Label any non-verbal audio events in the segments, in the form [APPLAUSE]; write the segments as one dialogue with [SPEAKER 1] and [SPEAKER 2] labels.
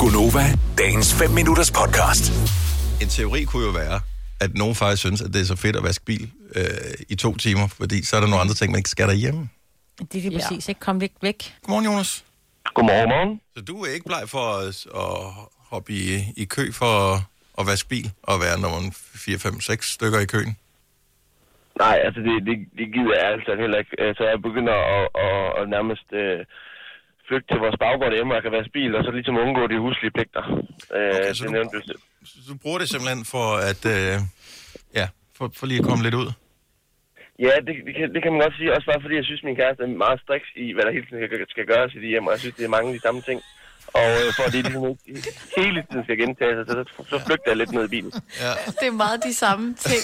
[SPEAKER 1] Gunova, dagens 5 minutters podcast.
[SPEAKER 2] en teori kunne jo være, at nogen faktisk synes, at det er så fedt at vaske bil øh, i to timer, fordi så er der nogle andre ting, man ikke skal derhjemme.
[SPEAKER 3] Det er lige præcis, ikke? Kom lidt væk.
[SPEAKER 2] Godmorgen, Jonas.
[SPEAKER 4] Godmorgen, morgen.
[SPEAKER 2] Så du er ikke bleg for at, at hoppe i, i kø for at, at vaske bil og være nummer 4, 5, 6 stykker i køen?
[SPEAKER 4] Nej, altså det, det, det gider jeg altså heller ikke. Øh, Så jeg begynder at, at, at nærmest øh, flygte til vores baggård hjemme, og jeg kan være spil, og så ligesom undgå de huslige pligter. Øh,
[SPEAKER 2] Okay, så
[SPEAKER 4] det
[SPEAKER 2] du-
[SPEAKER 4] nævnte du... selv.
[SPEAKER 2] Så du bruger det simpelthen for at... Øh, ja, for, for lige at komme lidt ud.
[SPEAKER 4] Ja, det, det, kan, det kan man godt sige, også bare fordi jeg synes, min kæreste er meget striks i, hvad der hele tiden skal, skal gøres i de hjem, og jeg synes, det er mange af de samme ting. Og øh, for at det ligesom ikke hele tiden skal gentage sig, så, så, så flygter jeg lidt ned i bilen.
[SPEAKER 5] Det er meget de samme ting.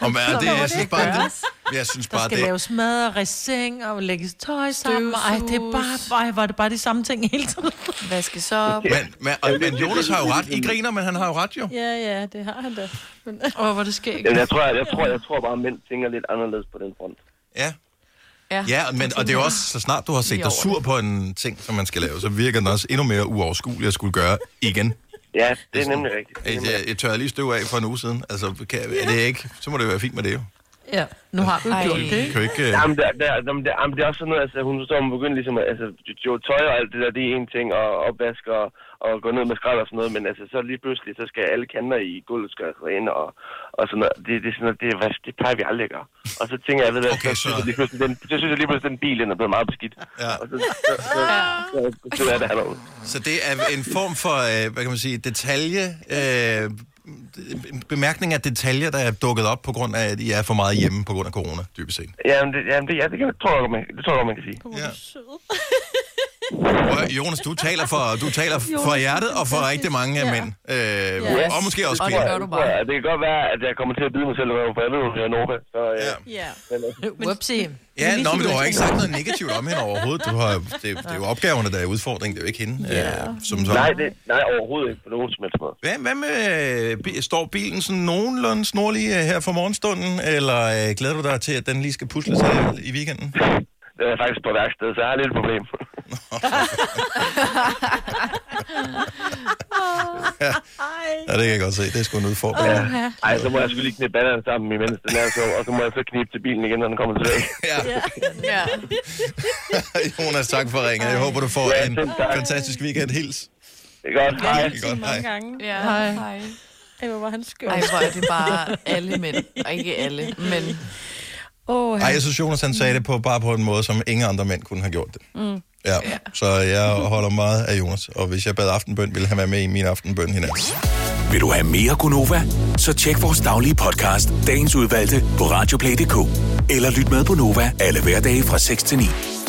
[SPEAKER 2] Og hvad er det? Jeg synes bare, det,
[SPEAKER 3] gøres.
[SPEAKER 2] jeg synes
[SPEAKER 3] Der
[SPEAKER 2] bare,
[SPEAKER 3] skal
[SPEAKER 2] det,
[SPEAKER 3] laves mad og reseng og lægges tøj sammen. Ej, det er bare, ej, var det bare de samme ting hele tiden.
[SPEAKER 5] Hvad skal så?
[SPEAKER 2] Men, men, og, men Jonas har jo ret. I griner, men han har jo ret jo.
[SPEAKER 3] Ja, ja, det har han da.
[SPEAKER 5] Åh, oh, hvor det sker
[SPEAKER 4] Jamen, jeg tror, jeg, jeg, tror, jeg tror bare, at mænd tænker lidt anderledes på den front.
[SPEAKER 2] Ja.
[SPEAKER 5] Ja.
[SPEAKER 2] Ja, men, og det er jo også, så snart du har set
[SPEAKER 5] Lige
[SPEAKER 2] dig
[SPEAKER 5] over
[SPEAKER 2] sur på en ting, som man skal lave, så virker den også endnu mere uoverskuelig at skulle gøre igen. øh,
[SPEAKER 4] Ja, det er nemlig rigtigt. Det er nemlig
[SPEAKER 2] Jeg, jeg tørrede lige støv af for en uge siden. Altså, kan, er det ikke? Så må det være fint med det jo.
[SPEAKER 3] Ja, nu har du
[SPEAKER 5] Ej.
[SPEAKER 3] gjort det.
[SPEAKER 2] Kan jo ikke, øh,
[SPEAKER 4] Jamen, det, er- det, er- jamen, det, er- jamen, det er også sådan noget, altså, hun står og begynder ligesom, at- altså, jo, tøj og alt det der, det er en ting, og opvask og, og gå ned med skrald og sådan noget, men altså, så lige pludselig, så skal alle kanter i gulvet skal rene og, og sådan noget. Det, det er sådan noget, det, er, hvad- det plejer vi aldrig at gøre. Og så tænker jeg, ved du hvad,
[SPEAKER 2] Okay,
[SPEAKER 4] så, synes
[SPEAKER 2] så-
[SPEAKER 4] jeg lige pludselig, den, så synes jeg lige pludselig, den bil den er blevet meget beskidt.
[SPEAKER 2] Ja.
[SPEAKER 4] Og så, så, så, så, så, så, så er det herovre.
[SPEAKER 2] så det er en form for, øh, hvad kan man sige, detalje, øh, bemærkning af detaljer, der er dukket op på grund af, at I er for meget hjemme på grund af corona, dybest set.
[SPEAKER 4] Jamen, det, jamen, det, ja, det, kan, jeg- tror jeg, godt, man, det tror jeg, godt, man kan sige.
[SPEAKER 2] Ja. Prøv at høre, Jonas, du taler for, du taler for hjertet og for rigtig mange af mænd. Øh,
[SPEAKER 5] Yes.
[SPEAKER 2] Og måske også
[SPEAKER 5] Og det
[SPEAKER 2] kvinder.
[SPEAKER 5] gør du
[SPEAKER 4] Det
[SPEAKER 5] bare.
[SPEAKER 4] tror jeg. Det kan godt være, at jeg kommer til at bide mig selv, for jeg ved, hun er Nova. Så, øh,
[SPEAKER 2] Ja.
[SPEAKER 5] Ja.
[SPEAKER 4] men, øh,
[SPEAKER 3] Whoopsie.
[SPEAKER 2] Ja, nå, men du har ikke sagt noget negativt om hende overhovedet. Du har, det, det er jo opgaverne, der er udfordringen. Det er jo ikke hende. Ja. Øh, som sådan.
[SPEAKER 4] nej, det, nej, overhovedet ikke på nogen som helst måde.
[SPEAKER 2] Hvad, hvad med, øh, bi- står bilen sådan nogenlunde snorlig øh, her for morgenstunden, eller øh, glæder du dig til, at den lige skal pusles af i weekenden?
[SPEAKER 4] Det er faktisk på værksted, så jeg har lidt et problem.
[SPEAKER 2] Ja, det kan jeg godt se. Det er sgu en udfordring. Ja.
[SPEAKER 4] [LAUGHS] Ej, så må jeg selvfølgelig knippe banderne sammen imens den er så, og så må jeg så knibe til bilen igen, når den kommer tilbage.
[SPEAKER 5] Ja.
[SPEAKER 2] [LAUGHS] Jonas, tak for ringen. Jeg håber, du får
[SPEAKER 4] Ja,
[SPEAKER 2] en
[SPEAKER 4] selv tak.
[SPEAKER 2] fantastisk weekend. Hils.
[SPEAKER 4] Det er godt. Hej.
[SPEAKER 2] Det er godt. Hej.
[SPEAKER 6] gange.
[SPEAKER 5] ja.
[SPEAKER 3] Hej.
[SPEAKER 5] Hej.
[SPEAKER 6] Ej, hvor var han skør.
[SPEAKER 5] Ej, hvor er det bare alle mænd. Og ikke alle, men...
[SPEAKER 6] Åh,
[SPEAKER 2] Ej, jeg synes, Jonas han sagde det på, bare på en måde, som ingen andre mænd kunne have gjort det. Mm. Ja, så jeg holder meget af Jonas, og hvis jeg bad aftenbøn, ville han være med i min aftenbøn hinanden.
[SPEAKER 1] Vil du have mere Gunova? Så tjek vores daglige podcast, dagens udvalgte, på radioplay.dk. Eller lyt med på Nova alle hverdage fra 6 til 9.